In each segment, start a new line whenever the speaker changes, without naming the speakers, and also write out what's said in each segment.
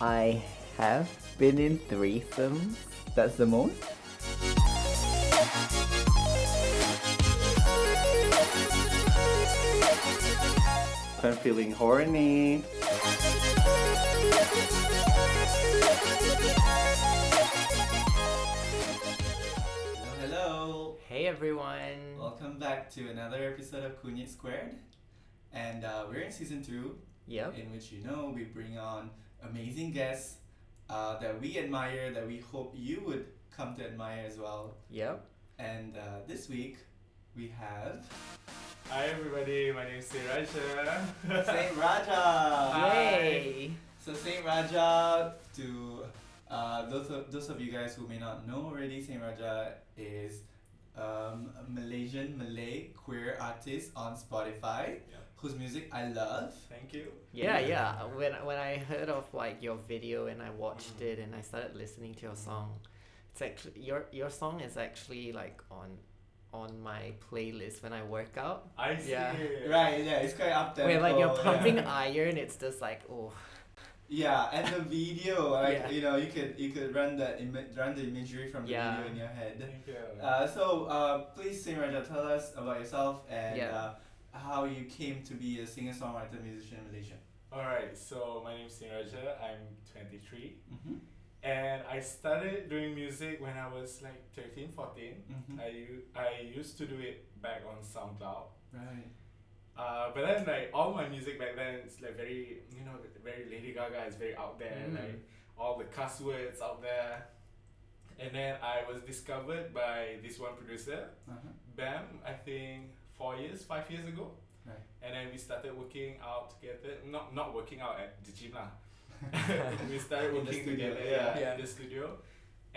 I have been in threesomes. That's the most. If I'm feeling horny.
Hello, hello.
Hey everyone!
Welcome back to another episode of Kunye Squared. And uh, we're in season two,
Yep.
in which you know we bring on amazing guests uh, that we admire, that we hope you would come to admire as well.
Yep.
And uh, this week we have
Hi everybody, my name is Siraja.
Saint Raja.
Yay!
So Saint Raja, to uh, those of, those of you guys who may not know already, Saint Raja is um, a Malaysian Malay queer artist on Spotify
Yeah.
whose music I love.
Thank you.
Yeah,
Yeah.
yeah. When when I heard of like your video and I watched it and I started listening to your song, it's actually your your song is actually like on on my playlist when I work out.
I see.
Yeah.
Right, yeah, it's quite up there.
Where like you're pumping
oh, Yeah,
iron, it's just like oh
yeah and the video, like
Yeah.
you know, you could you could run that ima- run the imagery from the
Yeah.
video in your head.
Thank you.
Uh, so uh, please, Saint Raja, tell us about yourself and
Yeah.
uh, how you came to be a singer songwriter musician in Malaysia.
Alright, so my name is Siraja, I'm 23.
Mm-hmm.
And I started doing music when I was like 13, 14.
Mm-hmm.
I, u- I used to do it back on SoundCloud.
Right.
Uh, but then like all my music back then it's like very you know very Lady Gaga is very out there
Mm.
like all the cuss words out there, and then I was discovered by this one producer
Uh-huh.
Bam, I think four years, five years ago.
Right.
And then we started working out together. Not not working out at the gym lah. we started
In the
working
studio,
Uh-huh. together,
yeah.
yeah,
Yeah.
in the studio.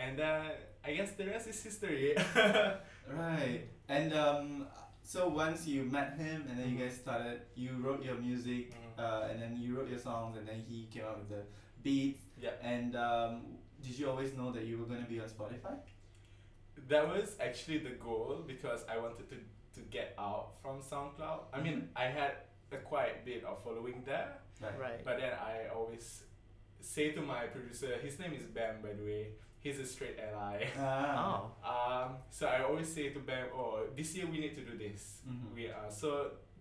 And then I guess the rest is history.
Right. And um, so once you met him, and then you
Mm-hmm.
guys started, you wrote your music,
Mhm.
uh, and then you wrote your songs, and then he came up with the beats.
Yeah.
And um, did you always know that you were gonna be on Spotify?
that was actually the goal because I wanted to to get out from SoundCloud. I
Mm-hmm.
mean, I had a quite bit of following there,
right.
But then I always say to my producer, his name is Ben, by the way. He's a straight ally.
Ah.
Oh.
Um, so I always say to Ben, oh, this year we need to do this.
Mhm.
We are so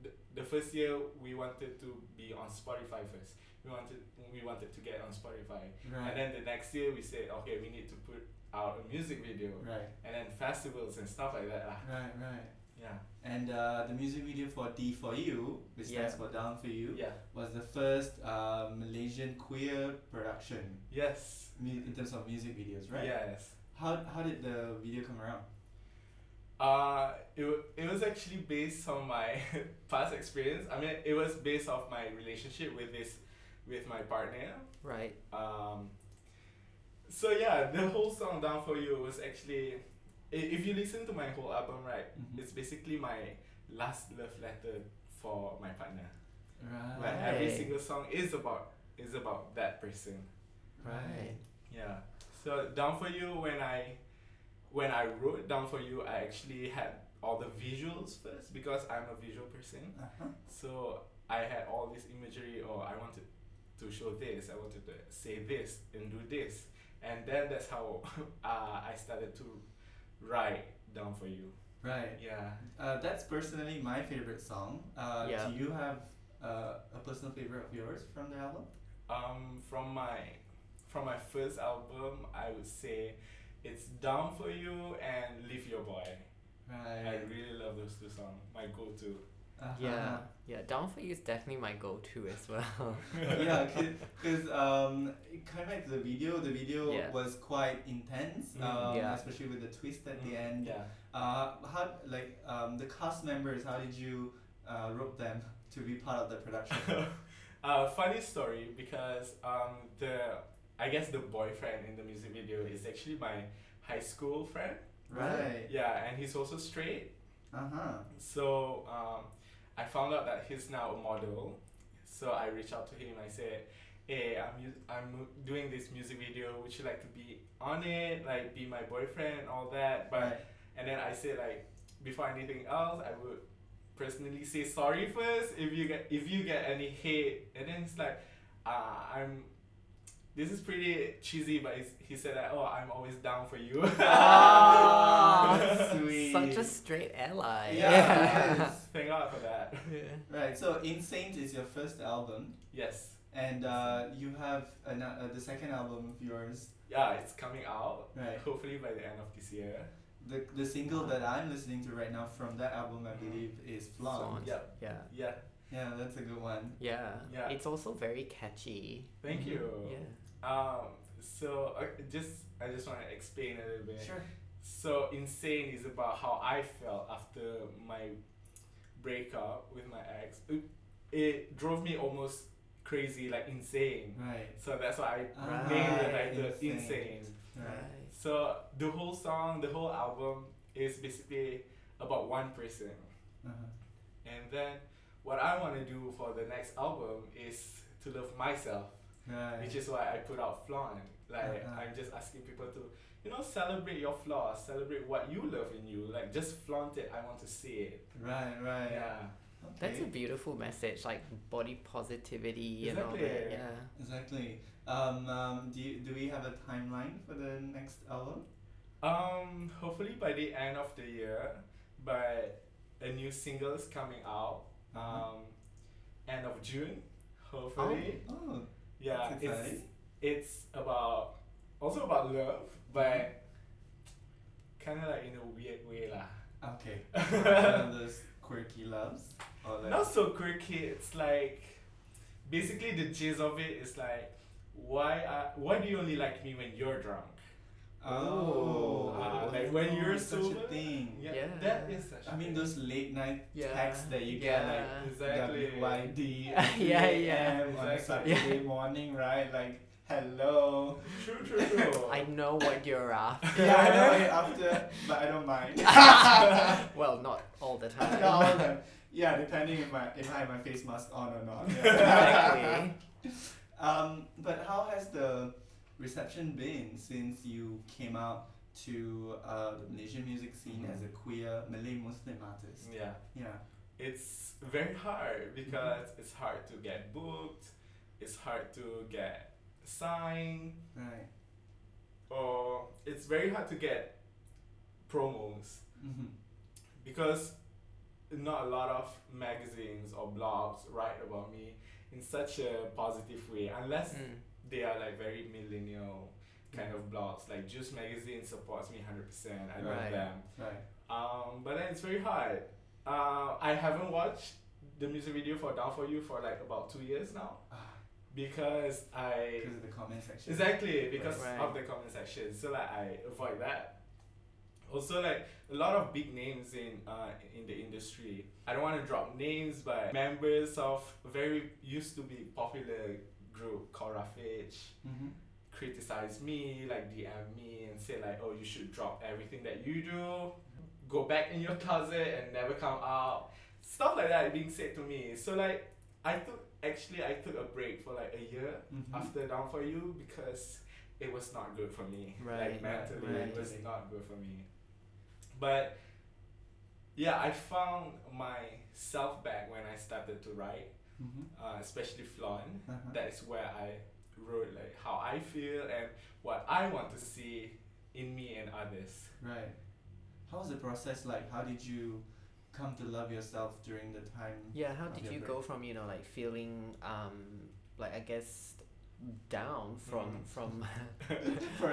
th- the first year we wanted to be on Spotify first. We wanted we wanted to get on Spotify, and
Right.
then the next year we said, okay, we need to put out a music video,
Right.
and then festivals and stuff like that. lah.
Right. Right.
Yeah,
And uh, the music video for D for You, which
Yeah.
stands for Down for You,
yeah,
was the first uh, Malaysian queer production
yes,
mu- in terms of music videos, right?
yes.
How, how did the video come around?
Uh, it, wa- it was actually based on my past experience. I mean, it was based off my relationship with this, with my partner.
Right.
Um, so yeah, the whole song "Down for You" was actually, i- if you listen to my whole album, right,
Mhm.
it's basically my last love letter for my partner.
Right.
Like every
Right.
single song is about is about that person.
Right.
Yeah. So down for you when I when I wrote down for you I actually had all the visuals first because I'm a visual person.
Uh-huh.
So I had all this imagery or I wanted to show this, I wanted to say this and do this. And then that's how uh, I started to write down for you.
Right.
Yeah.
Uh, that's personally my favorite song. Uh,
Yeah.
Do you have uh, a personal favorite of yours from the album?
Um from my from my first album I would say it's down for you and leave your boy. I
Right.
really love those two songs. My go-to.
Uh-huh.
Yeah. Yeah. Down for you is definitely my go-to as well.
Oh, yeah, because um, coming back to the video, the video
Yeah.
was quite intense,
Mm.
um,
Yeah.
especially with the twist at the
Mm,
end.
Yeah.
Uh, how like um, the cast members? How did you uh, rope them to be part of the production?
uh, funny story because um, the I guess the boyfriend in the music video is actually my high school friend.
right.
Yeah, and he's also straight.
Uh huh.
So um, I found out that he's now a model. So I reached out to him. I said, "Hey, I'm u- I'm doing this music video. Would you like to be on it? Like, be my boyfriend and all that?" But
Right.
And then I said like before anything else, I would personally say sorry first if you get if you get any hate. And then it's like, uh, I'm This is pretty cheesy, but he's, he said that, oh, I'm always down for you.
Ah,
sweet.
Such a straight ally.
Yeah, yes.
Thank God for that.
Right. So, In Saint is your first album,
Yes.
and uh, you have an, uh, the second album of yours.
Yeah, it's coming out.
Right.
Hopefully by the end of this year.
The, the single that I'm listening to right now from that album, I
Mhm.
believe, is Flaunt.
Flaunt.
Yep.
Yeah.
Yeah.
Yeah, that's a good one.
Yeah.
Yeah.
It's also very catchy.
Thank
Mhm.
you.
Mm-hmm. Yeah.
Um. So uh, just I just want to explain a little bit.
Sure.
So insane is about how I felt after my breakup with my ex. It, it drove me almost crazy, like insane.
Right.
So that's why I
Ah,
named the title
Insane.
insane.
Right.
So the whole song, the whole album is basically about one person.
Uh-huh.
And then what I want to do for the next album is to love myself,
Right.
which is why I put out Flaunt. Like
Uh-huh.
I'm just asking people to, you know, celebrate your flaws, celebrate what you love in you. Like just flaunt it. I want to see it.
right. Right.
Yeah.
Okay.
That's a beautiful message, like body positivity and all that.
Exactly.
Yeah.
Exactly. Um, um, do, you, do we have a timeline for the next album?
Um. Hopefully by the end of the year, but a new single is coming out. Um, end of June. Hopefully.
Uh-huh. Oh,
yeah.
that's
It's
exciting.
it's about also about love,
Uh-huh.
but kind of like in a weird way lah.
okay. One of those quirky loves. Or like,
Not so quirky. It's like basically the gist of it is like why are, why do you only like me when you're drunk?
oh,
Ah, like when
oh,
you're
such
sober.
a thing.
Yeah,
Yeah.
that is such.
I mean those late night
Yeah.
texts that you get like
Yeah.
Exactly.
WYD
Yeah, yeah.
3 a.m. on a
Exactly.
Saturday morning, right? Like, hello.
True, true, true.
I know what you're after.
Yeah, I know it after, but I don't mind.
well, not all the time.
No, I was like, yeah, depending if my if I have my face mask on or not.
exactly.
um, but how has the reception been since you came out to uh, the Malaysian music scene as a queer Malay Muslim artist?
yeah.
Yeah.
it's very hard because
Mm-hmm.
it's hard to get booked, it's hard to get signed,
Right.
or it's very hard to get promos
Mm-hmm.
because not a lot of magazines or blogs write about me in such a positive way unless
Mm.
they are like very millennial kind of blogs like juice magazine supports me 100% i love
Right.
them
Right.
um, but then it's very hard. Uh, I haven't watched the music video for Down For You for like about two years now
Ah,
because I
Because of the comment section.
exactly because
Right.
of the comment section. So like I avoid that. Also like a lot of big names in uh, in the industry. I don't want to drop names, but members of very used to be popular group Cora Fitch
Mm-hmm.
criticize me, like DM me and say like, oh, you should drop everything that you do, go back in your closet and never come out. Stuff like that being said to me. So like, I took actually I took a break for like a year
Mhm.
after Down for You because it was not good for me.
Right,
Like mentally, it
right.
was not good for me. But yeah, I found myself back when I started to write,
Mm-hmm.
uh, especially Flaunt
Uh-huh.
that is where I wrote like how I feel and what I want to see in me and others.
Right. How was the process like? How did you come to love yourself during the time?
Yeah, how
of
did
your
you
break?
go from, you know, like feeling um like I guess down from
Mm.
from
For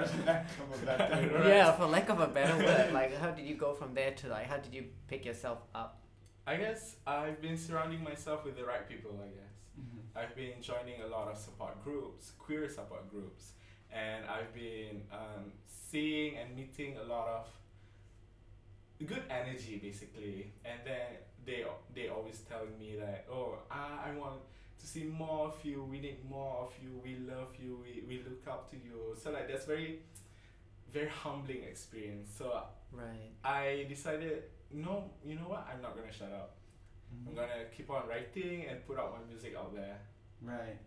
a lack of a better word.
Yeah, for lack of a better word, like how did you go from there to like how did you pick yourself up?
I guess I've been surrounding myself with the right people, I guess.
Mhm.
I've been joining a lot of support groups, queer support groups, and I've been um, seeing and meeting a lot of good energy basically. And then they they always telling me like, oh, I, I want to see more of you. We need more of you. We love you. We, we look up to you. So like that's very very humbling experience. So
Right.
I decided, no, you know what? I'm not gonna shut up. I'm
Mhm.
gonna keep on writing and put out my music out there.
Right.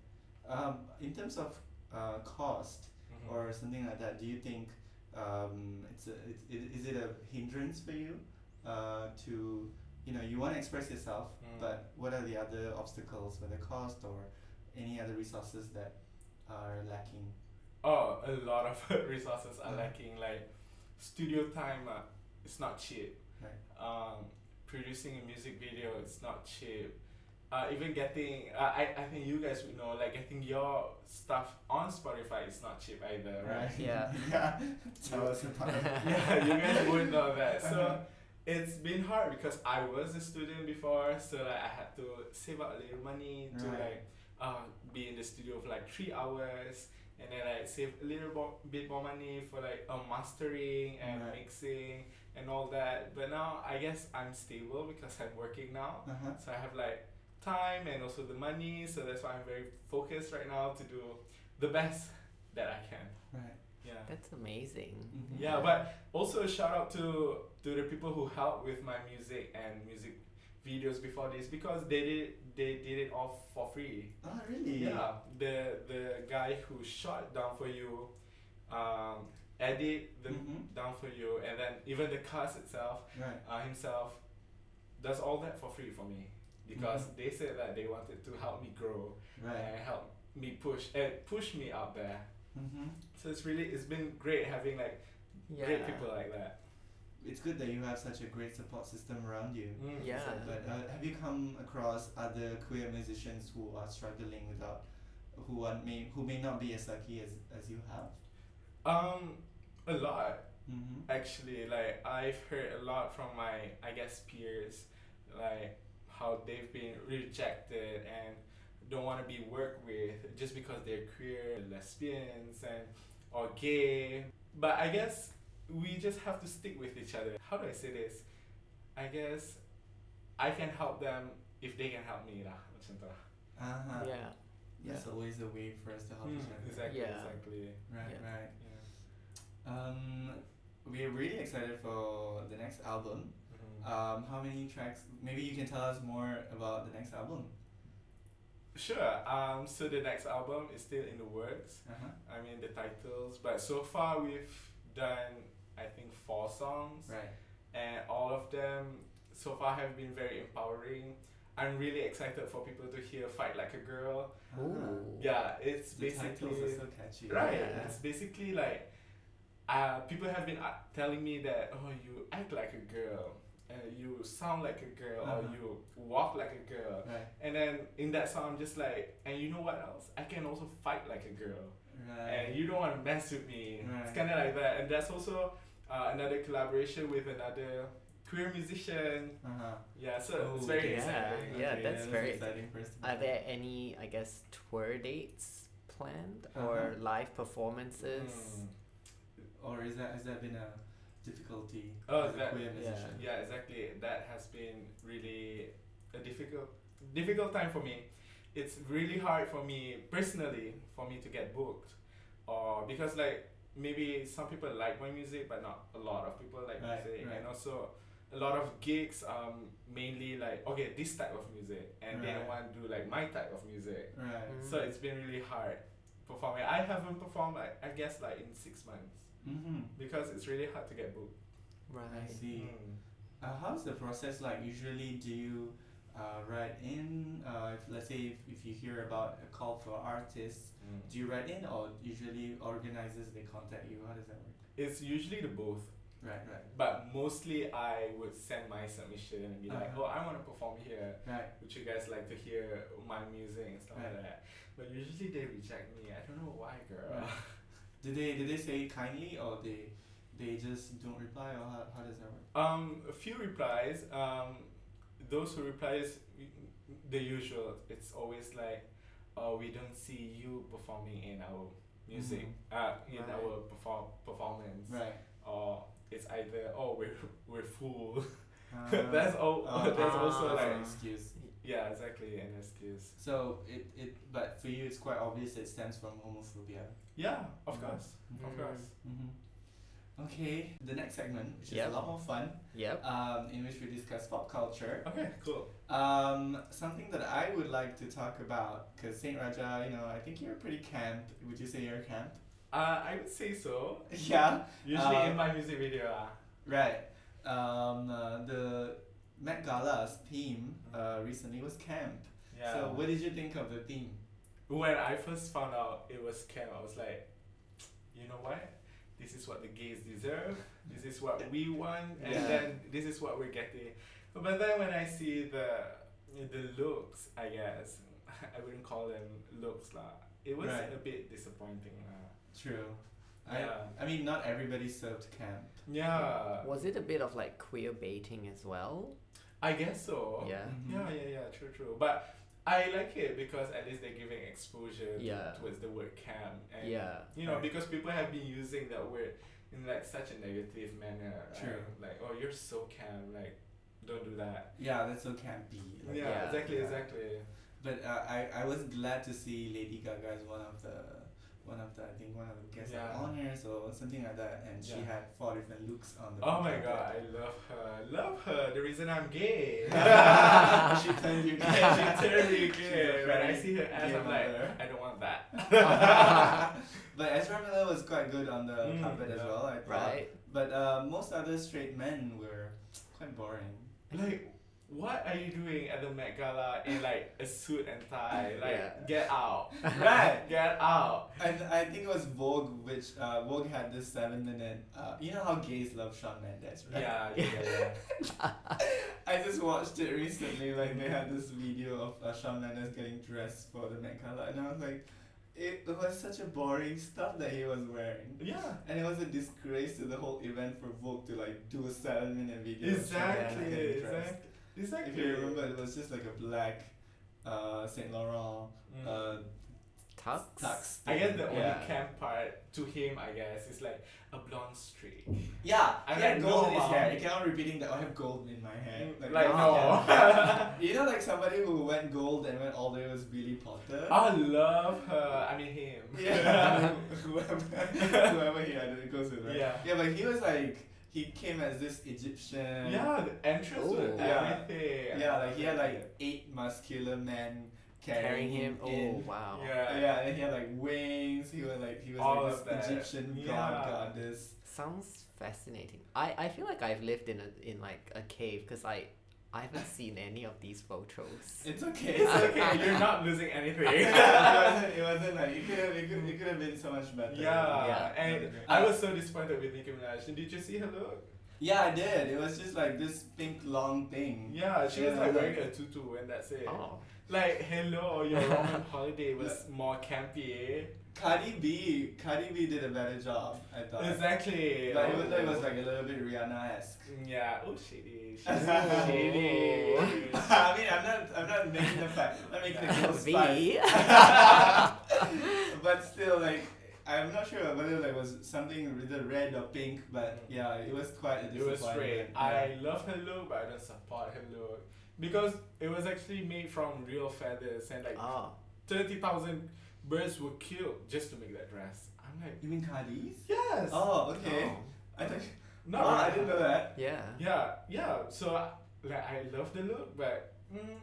Um, in terms of uh, cost
Mhm.
or something like that, do you think um, it's a, it, it, is it a hindrance for you uh, to, you know, you want to express yourself,
Mm.
but what are the other obstacles, whether cost or any other resources that are lacking?
oh, a lot of resources are lacking. Like studio time, uh, it's not cheap.
Right.
Um, producing a music video, it's not cheap. Uh, even getting, uh, I, I think you guys would know, like getting your stuff on Spotify is not cheap either, right?
Yeah.
yeah. Tell us about it.
yeah, you guys would know that. So it's been hard because I was a student before, so like I had to save up a little money to
Right.
like uh, be in the studio for like three hours, and then like save a little bo- bit more money for like uh, mastering and
Right.
mixing and all that. But now I guess I'm stable because I'm working now,
Uh-huh.
so I have like time and also the money. So that's why I'm very focused right now to do the best that I can.
Right.
Yeah.
That's amazing.
Mhm.
Mm-hmm. Yeah, but also a shout out to to the people who helped with my music and music videos before this because they did they did it all for free.
Oh really?
Yeah, the the guy who shot down for you, um, edit the
Mhm.
down for you, and then even the cast itself
Right.
uh, himself does all that for free for me because they said that they wanted to help me grow
Right.
and help me push and push me up there.
Mm-hmm.
So it's really it's been great having like
Yeah.
great people like that.
It's good that you have such a great support system around you.
Mm.
Yeah.
But uh, have you come across other queer musicians who are struggling without, who are may who may not be as lucky as as you have?
Um, a lot
Mm-hmm.
actually. Like I've heard a lot from my I guess peers, like how they've been rejected and don't want to be worked with just because they're queer, lesbians, and or gay. But I guess we just have to stick with each other. How do I say this? I guess I can help them if they can help me lah. Macam tu lah.
Uh,
Uh-huh.
Yeah.
There's always a way for us to help each
Hmm,
other.
Exactly.
Yeah.
Exactly.
Right.
Yeah.
Right.
Yeah.
Um, we're really excited for the next album.
Mhm.
Um, how many tracks? Maybe you can tell us more about the next album.
Sure. Um. So the next album is still in the works.
Uh-huh.
I mean the titles, but so far we've done I think four songs,
Right.
and all of them so far have been very empowering. I'm really excited for people to hear "Fight Like a Girl."
Uh-huh.
Ooh.
Yeah, it's
The
basically
titles are so catchy.
right.
Yeah.
It's basically like, uh, people have been uh, telling me that oh you act like a girl, and you sound like a girl,
Uh-huh.
or you walk like a girl.
Right.
And then in that song, I'm just like, and you know what else? I can also fight like a girl.
Right.
And you don't want to mess with me.
Right.
It's kind of like that. And that's also uh, another collaboration with another queer musician.
Uh-huh.
Yeah, so it's
Oh,
very
yeah,
exciting.
yeah.
Okay,
that's very
exciting. First of all.
Are there any, I guess, tour dates planned or live performances?
Hmm.
Mm.
or is that has that been a difficulty
Oh,
as a
that-
queer
yeah.
musician?
Yeah, exactly. That has been really a difficult difficult time for me. It's really hard for me personally for me to get booked, or because like maybe some people like my music, but not a lot of people like
Right,
music,
right.
and also a lot of gigs um mainly like okay this type of music, and they don't
Right.
want to do like my type of music.
Right.
Mm.
So it's been really hard performing. I haven't performed like I guess like in six months
Mm-hmm.
because it's really hard to get booked.
I
Right.
see.
Mm.
Uh, how's the process like? Usually, do you uh, write in? Uh, if let's say if, if you hear about a call for artists,
Mm.
do you write in, or usually organizers they contact you? How does that work?
It's usually the both.
Right. Right.
But mostly I would send my submission and be like,
Uh-huh.
oh, I want to perform here.
Right.
Would you guys like to hear my music and stuff
Right.
like that? But usually they reject me. I don't know why, girl.
Right. Did they did they say kindly or they they just don't reply or how, how does that work?
Um, a few replies. Um, those who replies, the usual. It's always like, oh, we don't see you performing in our music,
Mhm.
uh, in
Right.
our perform performance,
Right.
or it's either oh we're we're full.
Uh-huh.
that's all.
Oh,
that's also
ah.
like
an Uh, excuse.
Yeah, exactly, an excuse.
So it, it but for you it's quite obvious it stems from homophobia.
Yeah, of
Mhm.
course, of
Mm.
course.
Mm-hmm. Okay, the next segment, which is
Yep.
a lot more fun,
Mm. Yep.
um, in which we discuss pop culture.
Okay, cool.
Um, something that I would like to talk about, because Saint Raja, you know, I think you're pretty camp. Would you say you're camp?
Uh, I would say so.
yeah,
Usually
Uh,
in my music video, ah.
right. Um, uh, the Met Gala's theme uh, recently was camp.
yeah.
So what did you think of the theme?
when I first found out it was camp, I was like, you know what? This is what the gays deserve. This is what we want, and
Yeah.
then this is what we're getting. But then when I see the the looks, I guess I wouldn't call them looks lah. It was
Right.
a bit disappointing lah.
True.
Yeah.
I, I mean, not everybody served camp.
Yeah,
Was it a bit of like queer baiting as well?
I guess so.
Yeah.
Mhm.
Yeah, yeah, yeah, true, true. But I like it because at least they're giving exposure to-
Yeah.
towards the word cam. And,
Yeah.
You know,
Right.
because people have been using that word in like such a negative manner. right?
True.
Like, oh, you're so cam. Like, don't do that.
Yeah, that's so campy.
Yeah,
Like,
Yeah.
exactly,
yeah.
exactly.
But uh, I, I was glad to see Lady Gaga as one of the one of the I think one of the guest
Yeah.
honors or something like that, and she
Yeah.
had four different looks on the.
Oh my
video.
god, I love her. Love her. The reason I'm gay.
she turned you gay.
Yeah, she turned you
She's
gay.
a
When I
very
see her ass,
gay
I'm like,
mother.
I don't want that.
but Ezra Miller was quite good on the
Mm,
carpet as
yeah.
well, I thought.
Right?
But uh, most other straight men were quite boring.
Like, what are you doing at the Met Gala in like a suit and tie? Like,
Yeah.
get out.
right.
Get out.
And I think it was Vogue, which uh, Vogue had this seven minute. Uh, you know how gays love Shawn Mendes, right?
Yeah, yeah, yeah.
I just watched it recently. Like they had this video of uh, Shawn Mendes getting dressed for the Met Gala, and I was like, it was such a boring stuff that he was wearing.
yeah.
And it was a disgrace to the whole event for Vogue to like do a seven minute video. of Shawn Mendes
Exactly,
getting dressed.
exactly. Exactly.
If you remember, it was just like a black uh, Saint Laurent
Mm.
uh,
Tux?
tux.
I guess the
thing.
only
yeah.
camp part to him, I guess, is like a blonde streak.
Yeah,
I
I he
like,
had gold in
no,
his hair.
um,
He kept on repeating that "Oh, I have gold in my hair.
Mm,
that
like,
was-
no.
yeah. you know, like somebody who went gold and went all the way was Billy Potter.
I love her. I mean him.
Yeah, whoever, whoever he identifies with, right?
Yeah.
yeah, but he was like he came as this Egyptian.
yeah. The entrance
Ooh.
with
Yeah.
everything.
yeah, like he had like eight muscular men
Carrying him?
in.
Oh, wow.
yeah.
Yeah, and he had like wings. He was like he was
All
like
of
this
that.
Egyptian
Yeah.
god goddess.
Sounds fascinating. I, I feel like I've lived in a in like a cave because I I haven't seen any of these photos.
It's okay.
It's okay. You're not losing anything.
it wasn't like it could have it could, it could have been so much better.
Yeah,
Yeah.
and I was so disappointed with Nicki Minaj. Did you see her look?
Yeah, I did. It was just like this pink long thing.
Yeah, she was
Mm-hmm. Yeah.
like wearing a tutu, and that's it.
Oh,
Like, hello, your Roman holiday was more campy. eh?
Cardi B, Cardi B did a better job. I thought.
Exactly.
Like even though it was like a little bit Rihanna esque.
Yeah. Oh, shady. She's
Ooh.
shady.
I mean, I'm not, I'm not making the fact. I'm making the girls
V.
fight. but still, like, I'm not sure whether there was something either red or pink, but yeah, it was quite a
It was
disappointment.
great. I love her look, but I don't support her look because it was actually made from real feathers, and
Ah.
like
oh.
thirty thousand birds were killed just to make that dress. I'm like,
You mean Cardi's?
yes.
Oh, okay.
Oh.
I thought.
No,
oh, I didn't know that.
Yeah.
Yeah, yeah. So like, I love the look, but mm,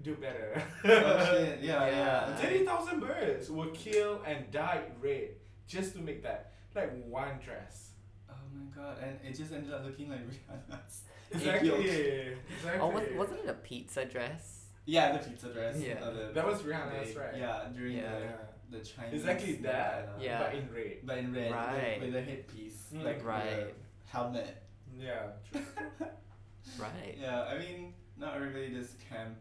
do better.
Oh, shit. Yeah,
Yeah.
yeah.
Thirty thousand birds were killed and died red just to make that like one dress.
Oh my god, and it just ended up looking like Rihanna's.
Exactly.
Egg
Exactly.
Oh, was, wasn't it a pizza dress?
Yeah, the pizza dress.
Yeah.
Uh, the-
That was Rihanna's,
the-
right?
Yeah, during
Yeah.
the the Chinese.
Exactly that.
Rihanna.
Yeah.
But in red.
But in red,
Right.
with, with a headpiece,
Mm.
like with a
Right.
helmet.
Yeah. True.
Right.
Yeah, I mean, not everybody does camp.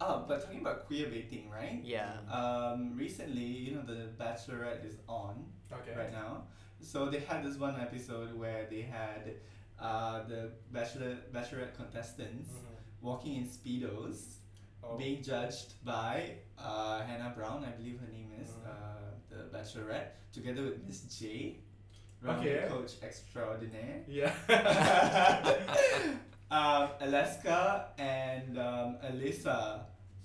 Oh, but talking about queer baiting, right?
Yeah.
Um, recently, you know, the Bachelorette is on
Okay.
right now, so they had this one episode where they had, uh, the bachelor Bachelorette contestants
Mhm.
walking in speedos.
Oh.
being judged by uh, Hannah Brown, I believe her name is,
Mhm.
uh, the Bachelorette, together with Miss J, rounded
Okay.
coach extraordinaire,
Yeah.
um, Alaska, and um, Alyssa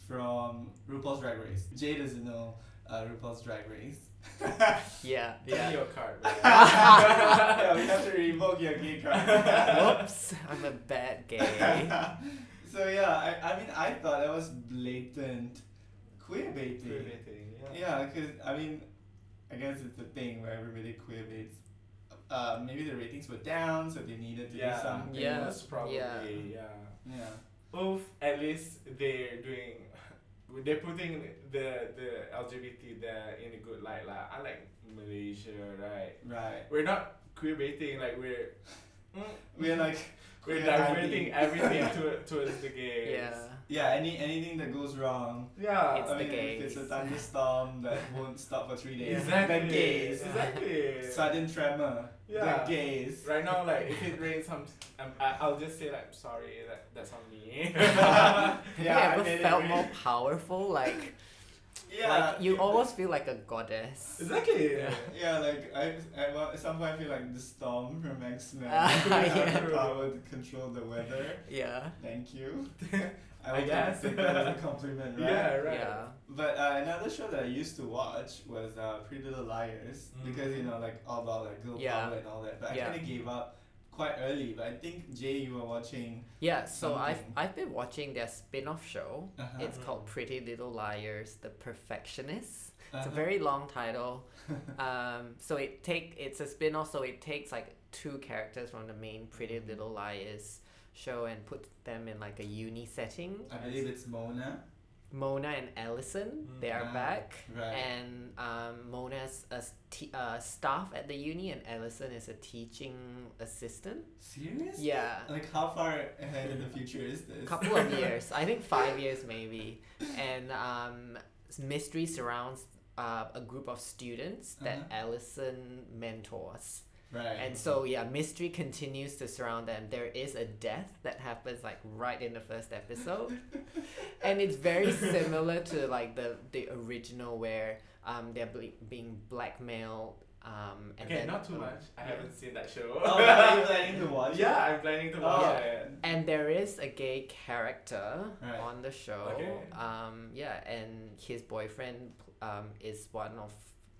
from RuPaul's Drag Race. Jay doesn't know uh, RuPaul's Drag Race.
Yeah.
Give me
Yeah.
your card. man.
yeah, we have to revoke your gay card.
Whoops. I'm a bad gay.
so yeah, I, I mean, I thought that was blatant queer baiting.
Queer baiting, yeah.
Yeah, because I mean, I guess it's a thing where everybody queer baits. Uh, maybe the ratings were down, so they needed to do something.
Yeah.
Most probably.
Yeah.
Yeah.
Yeah.
Oof. At least they're doing. they're putting the the LGBT there in a good light. Like I like Malaysia, right?
Right.
We're not queer baiting. Like we're mm,
We're like
we're
queer
diverting
baiting.
everything to, towards the gays.
Yeah.
yeah. Any anything that goes wrong.
Yeah. uh,
It's
I
the
mean, if it's a
gays.
thunderstorm that won't stop for three days,
Exactly.
then gays.
Exactly.
Sudden tremor,
Yeah.
then gays.
Right now, like if it rains, I'm, I'm I- I'll just say like sorry. That that's on me.
yeah,
Have you
I
ever
get it.
felt more powerful? Like,
Yeah.
like you almost feel like a goddess.
exactly.
Yeah.
Yeah, like I, I wa- sometimes I feel like the storm from X Men.
Ah,
I
yeah.
have the power to control the weather.
Yeah.
Thank you. I,
I
would
guess.
take that as a compliment, right?
Yeah. Right.
Yeah.
But uh, another show that I used to watch was uh, Pretty Little Liars because you
Mhm.
know like all about like girl
Yeah.
power and all that. But I
Yeah.
kind of gave up quite early. But I think Jay, you were watching.
Yeah, so I've
Something.
I've been watching their spin-off show.
Uh-huh.
It's
Uh-huh.
called Pretty Little Liars: The Perfectionists. It's a
Uh-huh.
very long title. Um, so it take it's a spin-off, so it takes like two characters from the main Pretty
Mm-hmm.
Little Liars show and puts them in like a uni setting.
I believe it's Mona,
Mona and Allison, they are
Ah,
back.
right?
And um, Mona's a s- t- uh, staff at the uni, and Allison is a teaching assistant.
Serious?
Yeah.
Like how far ahead in the future is this?
couple of years. I think five years maybe. And um, s- mystery surrounds uh, a group of students that
Uh-huh.
Allison mentors.
Right.
And so yeah, mystery continues to surround them. There is a death that happens like right in the first episode, and it's very similar to like the the original where um they're ble- being blackmailed. Um, and
Okay,
then,
not too
um,
much. I
yeah.
haven't seen that show.
Oh, are you planning to watch it?
yeah, I'm planning to watch
Oh.
it.
And there is a gay character
Right.
on the show.
Okay.
Um, yeah, and his boyfriend um, is one of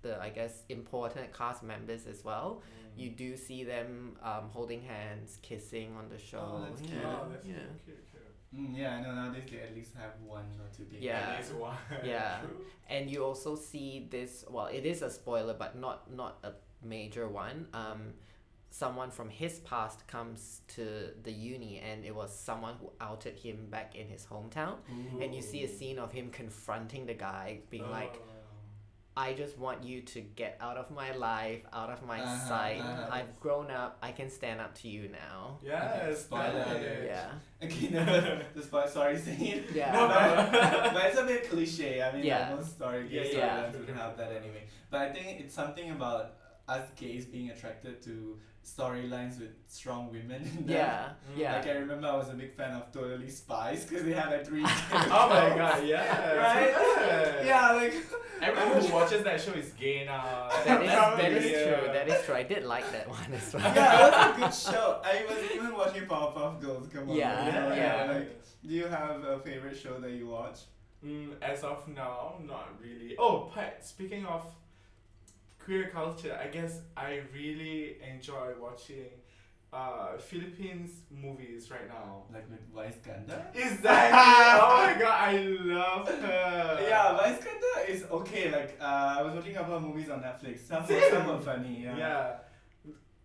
the, I guess, important cast members as well.
Mm.
You do see them um, holding hands, kissing on the show.
that's
yeah.
cute.
Oh, that's
yeah.
cute, cute.
Mm, yeah, I know nowadays they at least have one or two people.
Yeah.
At least one.
Yeah.
True.
And you also see this. Well, it is a spoiler, but not not a major one. Um, someone from his past comes to the uni, and it was someone who outed him back in his hometown. and you see a
Ooh.
scene of him confronting the guy being
Oh.
Oh.
like i just want you to get out of my life out of my
Uh-huh,
sight
uh-huh.
i've grown up i can stand up to you now
Okay,
Yes.
spoiler
that
alert.
is.
yeah
Okay, no, just by sorry saying it.
Yeah.
No, but, but it's a bit cliche. I mean,
Yeah.
like, most story
Yeah,
gay
yeah.
storylines would have that anyway. But I think it's something about us gays being attracted to storylines with strong women. in them.
yeah
Mm,
yeah
Like I remember, I was a big fan of Totally Spies because they had a three.
Oh my god, yes.
Right?
Yes.
Yeah, like
Everyone who watches that show is gay now.
that is, that
Probably,
is true
yeah.
that is true i did like that one as well
yeah, it was a good show. I was even watching Powerpuff Girls. Come on,
Yeah,
you know,
yeah.
Like, do you have a favorite show that you watch?
Mm, as of now, not really. Oh, but speaking of queer culture, I guess I really enjoy watching uh, Philippines movies right now.
Like with Vice Ganda?
Exactly. oh my god, I love her.
Yeah, Vice Ganda is okay. Like uh, I was watching a couple of movies on Netflix. Some were,
Same.
some were funny.
yeah.
Yeah.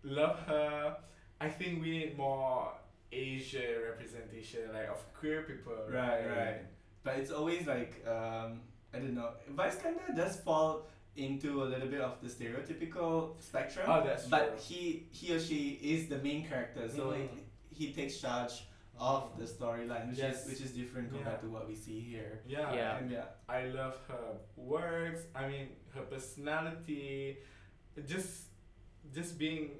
Love her. I think we need more Asia representation, like of queer people.
Right, right. But it's always like um, I don't know. Vice Ganda does fall into a little bit of the stereotypical spectrum.
Oh, that's
but
true.
he he or she is the main character, so
Mm.
he, he takes charge of the storyline, which
Yes.
is which is different compared
Yeah.
to what we see here.
Yeah.
Yeah.
And yeah.
I love her works. I mean, her personality, just just being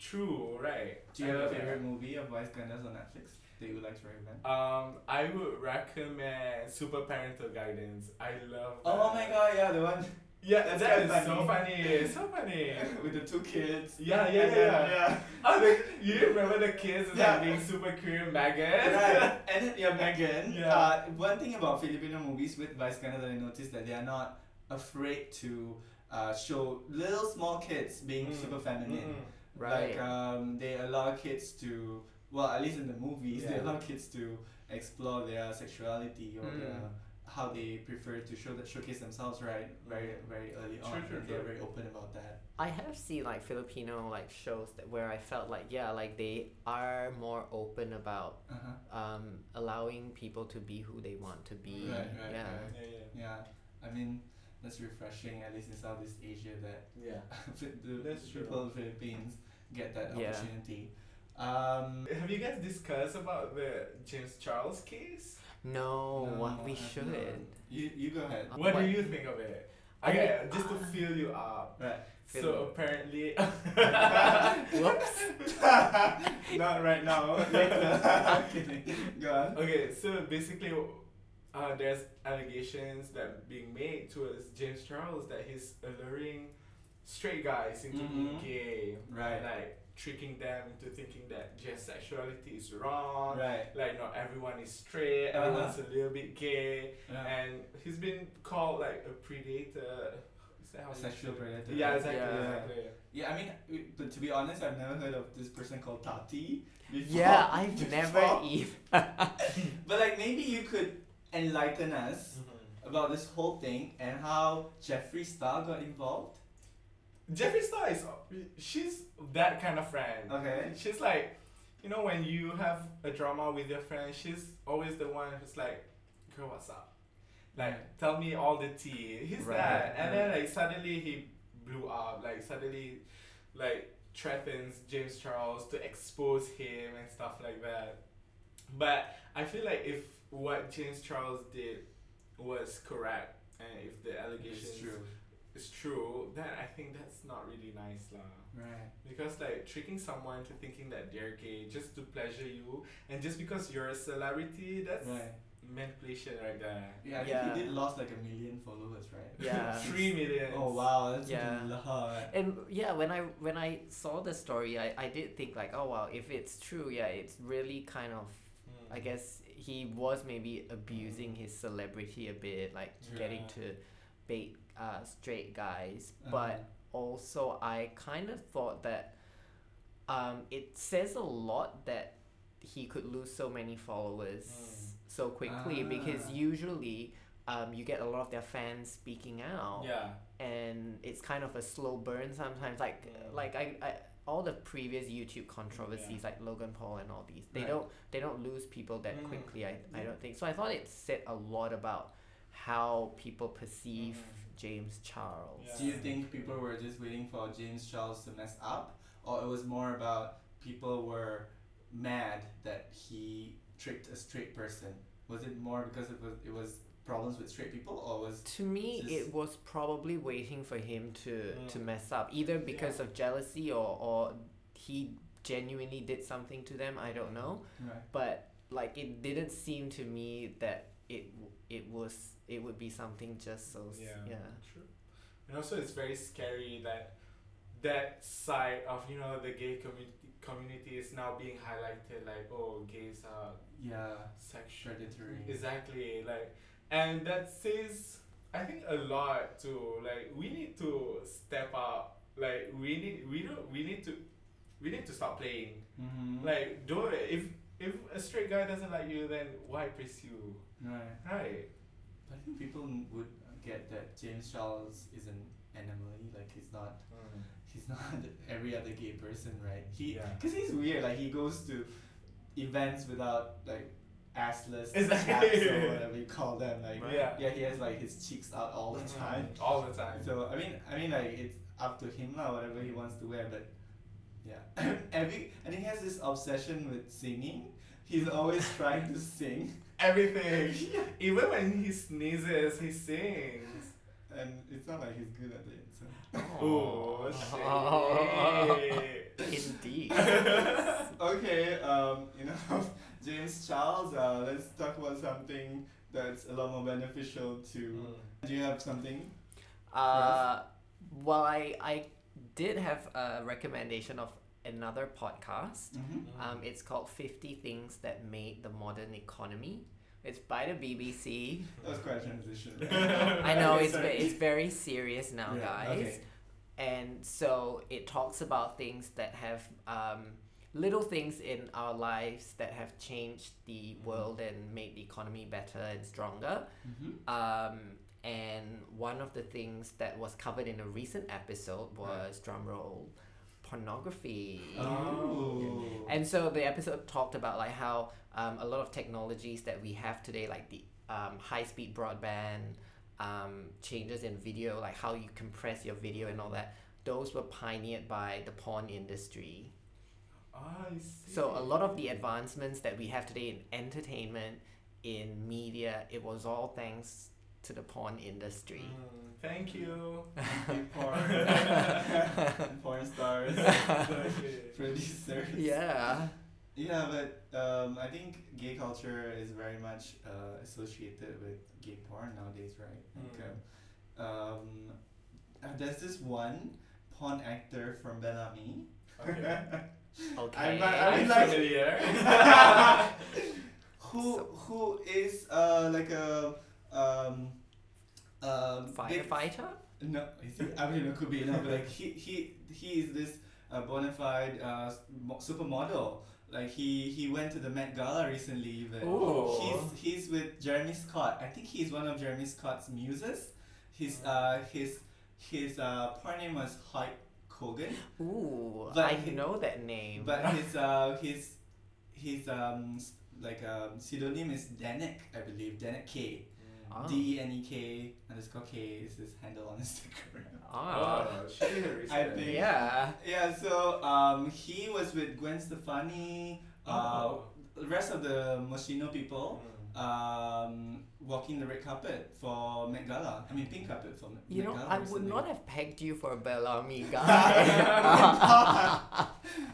true, right?
Do you
I
have a
love
favorite
her.
movie of Vice Gandas on Netflix that you would like to recommend?
Um, I would recommend Super Parental Guidance. I love.
Oh
that.
my god, yeah, the one
Yeah,
That's
that is
kinda
so funny. It's so funny.
with the two kids.
Yeah, yeah,
And then-
yeah. Oh, the, you remember the kids as
Yeah.
like being super queer maggots?
Right. And then, yeah, Megan.
Yeah.
Uh, one thing about Filipino movies with Vice Ganda that I noticed that they are not afraid to uh, show little small kids being
Mm.
super feminine.
Mm-mm.
right
Like um, they allow kids to well, at least in the movies, they
Yeah.
allow kids to explore their sexuality or
Mm.
their how they prefer to show that showcase themselves right very very early on
True, true,
and they're
true.
very open about that
I have seen like Filipino like shows that where I felt like yeah like they are more open about
uh-huh.
um allowing people to be who they want to be.
Right, right,
yeah.
right.
Yeah, yeah.
yeah i mean that's refreshing at least in southeast asia that
Yeah.
the
That's true.
people in Philippines get that
Yeah.
opportunity. Um,
Have you guys discussed about the James Charles case?
No,
no,
Oh, we
I've
should.
not. You you go ahead.
Uh,
What,
what-
do you think of it?
I
Okay,
mean-
just to fill you up.
Uh,
Right.
Fill
so
you up.
apparently,
Whoops.
not right now.
I'm kidding. Go on.
okay, so basically, uh, there's allegations that being made towards James Charles that he's alluring straight guys into
Mhm.
being gay,
Right.
Like tricking them into thinking that just sexuality is wrong.
Right.
Like not everyone is straight,
Uh-huh.
everyone's a little bit gay,
Yeah.
and he's been called like a predator. Is that how
A
you
sexual
say it?
predator.
Yeah, exactly.
Yeah.
exactly.
Yeah, I mean, w- but to be honest, I've never heard of this person called Tati before.
Yeah, I've never e-
before.
even.
But like, maybe you could enlighten us
Mm-hmm.
about this whole thing and how Jeffree Star got involved.
Jeffree Star is she's that kind of friend.
Okay.
She's like, you know, when you have a drama with your friend, she's always the one who's like, girl, what's up? Like, tell me all the tea. He's
Right,
that, and then
right.
like suddenly he blew up. Like suddenly, like threatens James Charles to expose him and stuff like that. But I feel like if what James Charles did was correct, and if the allegations
It's true.
is true, then I think that's not really nice lah.
Right.
Because like tricking someone to thinking that they're gay just to pleasure you and just because you're a celebrity, that's
Right.
manipulation right there.
Yeah, I think
Yeah.
he did lost like a million followers, right?
Yeah.
Three million.
Oh wow, that's
Yeah.
a lot.
And yeah, when I when I saw the story, I, I did think like, oh wow, if it's true, yeah, it's really kind of
Mm.
I guess he was maybe abusing his celebrity a bit, like getting
Yeah.
to bait uh, straight guys.
Uh-huh.
But also, I kind of thought that um, it says a lot that he could lose so many followers
Mm.
so quickly because
Ah.
usually. Um, you get a lot of their fans speaking
oh.
out,
Yeah.
and it's kind of a slow burn sometimes. Like,
Mm.
like I, I, all the previous YouTube controversies, like Logan Paul and all these, they
Right.
don't they don't lose people that
Mm.
quickly. I, I don't think so. I thought it said a lot about how people perceive
Mm.
James Charles.
Yeah.
Do you think people were just waiting for James Charles to mess up, or it was more about people were mad that he tricked a straight person? Was it more because it was it was problems with straight people, or was
To me,
Just-
it was probably waiting for him to to
Mm.
mess up, either because of jealousy or or he genuinely did something to them. I don't know,
right?
but like it didn't seem to me that it w- it was it would be something just so s-
Yeah.
yeah.
True. And also, it's very scary that that side of you know the gay community community is now being highlighted like oh gays are
Yeah,
sexual
predatory.
Exactly, like, and that says I think a lot too. Like, we need to step up. Like, we need we don't we need to we need to stop playing.
Mm-hmm.
Like, don't if if a straight guy doesn't like you, then why pursue?
right.
Right.
But I think people would get that James Charles is an anomaly. Like he's not he's not every other gay person, right? He,
Yeah.
cause he's weird. Like he goes to events without like assless
Exactly.
chaps or whatever you call them. Like
Right. Yeah.
yeah, he has like his cheeks out all the time.
Mm-hmm. All the time.
So I mean, I mean like it's up to him now, whatever he wants to wear. But yeah, every and he has this obsession with singing. He's always trying to sing,
Everything. Even when he sneezes, he sings.
and it's not like he's good at it. So.
Oh, shit.
Indeed.
Okay, um, enough James Charles. Uh, let's talk about something that's a lot more beneficial to. Do you have something?
Uh, well, I, I did have a recommendation of another podcast.
Mm-hmm.
Um, it's called 50 Things That Made the Modern Economy. It's by the BBC.
That was quite a transition.
I know
Okay,
it's,
sorry.
ve- it's very serious now,
Yeah,
guys.
okay.
And so it talks about things that have um, little things in our lives that have changed the world and made the economy better and stronger.
Mhm.
Um, and one of the things that was covered in a recent episode was drumroll pornography.
Oh.
And so the episode talked about like how um, a lot of technologies that we have today, like the um, high-speed broadband, um, changes in video, like how you compress your video and all that, those were pioneered by the porn industry.
Ah, I see.
So a lot of the advancements that we have today in entertainment, in media, it was all thanks to the porn industry.
Uh,
Mm, thank you.
Big porn. porn stars. Producers.
yeah.
Yeah, but um, I think gay culture is very much uh, associated with gay porn nowadays, right? Like, um, um, uh, there's this one porn actor from Bellamy.
Okay.
Okay.
I'm not- I
I'm
mean, like-
familiar.
who
So-
who is uh like a um um big-
Firefighter?
No, is he? I mean, it could be no, but like he he he is this uh, bona fide uh, s- mo- supermodel. Like he he went to the Met Gala recently. Even
Ooh.
he's he's with Jeremy Scott. I think he's one of Jeremy Scott's muses. His uh his his uh porn name was Hyde Kogan,
Ooh,
But
I
he-
know that name.
but his uh his his um s- like um pseudonym is Danek, I believe Danek K.
Oh.
Ah.
D E N E K underscore K is his handle on Instagram.
Ah.
Oh, she did her
I
research.
think-
yeah.
Yeah, so um, he was with Gwen Stefani, uh,
Oh.
the rest of the Moschino people,
Mm.
um, walking the red carpet for Met Gala. I mean, pink carpet for Met
You
Met
know,
Gala
I would
recently.
not have pegged you for a Bellamy guy.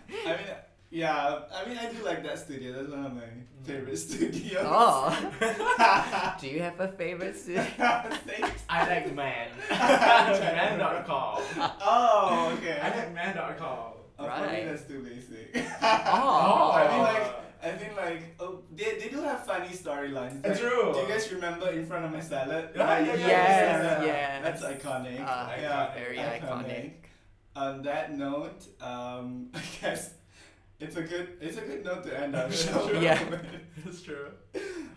I mean, yeah, I mean, I do like that studio. That's one of my
Mm.
favorite studios.
oh. Do you have a favorite suit?
Thanks.
I like man. man.com.
Oh, okay.
I like man.com.
Oh, for me,
Right.
that's too basic.
Oh.
I mean, like, I think like oh, they, they do have funny storylines. Like,
True.
Do you guys remember in front of my salad?
Yeah,
Like,
yeah, yeah,
Yes,
yeah, yeah.
yes.
That's iconic.
Uh,
yeah,
very iconic.
On that note, um, I guess it's a good it's a good note to end our show.
True.
Yeah.
It's true.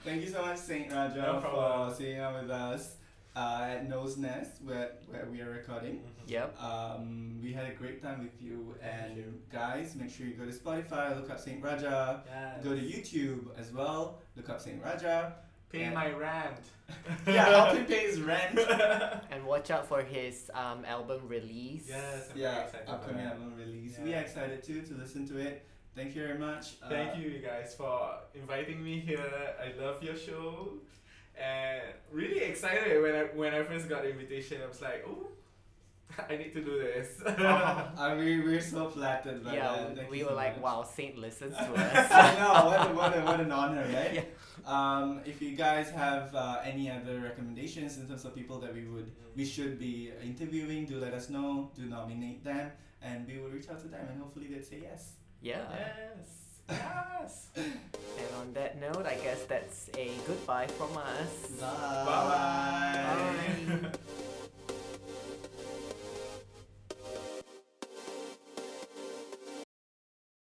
Thank you so much, Saint Raja,
No problem.
for sitting out with us uh, at Nose Nest, where where we are recording.
Yep.
Um, we had a great time with you, and
Thank you.
guys, make sure you go to Spotify, look up Saint Raja. Go to YouTube as well. Look up Saint Raja.
Pay my rent.
Yeah, help him pay his rent.
And watch out for his um, album release.
Yes, I'm very
yeah,
excited for
upcoming
that.
album release.
Yeah.
We are excited too to listen to it. Thank you very much. Uh,
Thank you, you guys, for inviting me here. I love your show, and really excited when I when I first got the invitation. I was like, oh, I need to do this.
I mean, uh, we're so flattered by
Yeah,
that.
we-
Thank
we
you
were
so
like,
much.
wow, Saint listens to
I
us.
know, what, a, what, a, what an honor, right?
Yeah.
Um, if you guys have uh, any other recommendations in terms of people that we would
Mm-hmm.
we should be interviewing, do let us know. Do nominate them, and we will reach out to them, and hopefully they'd say yes.
yeah.
yes, yes.
And on that note, I guess that's a goodbye from us.
Bye.
Bye-bye.
Bye.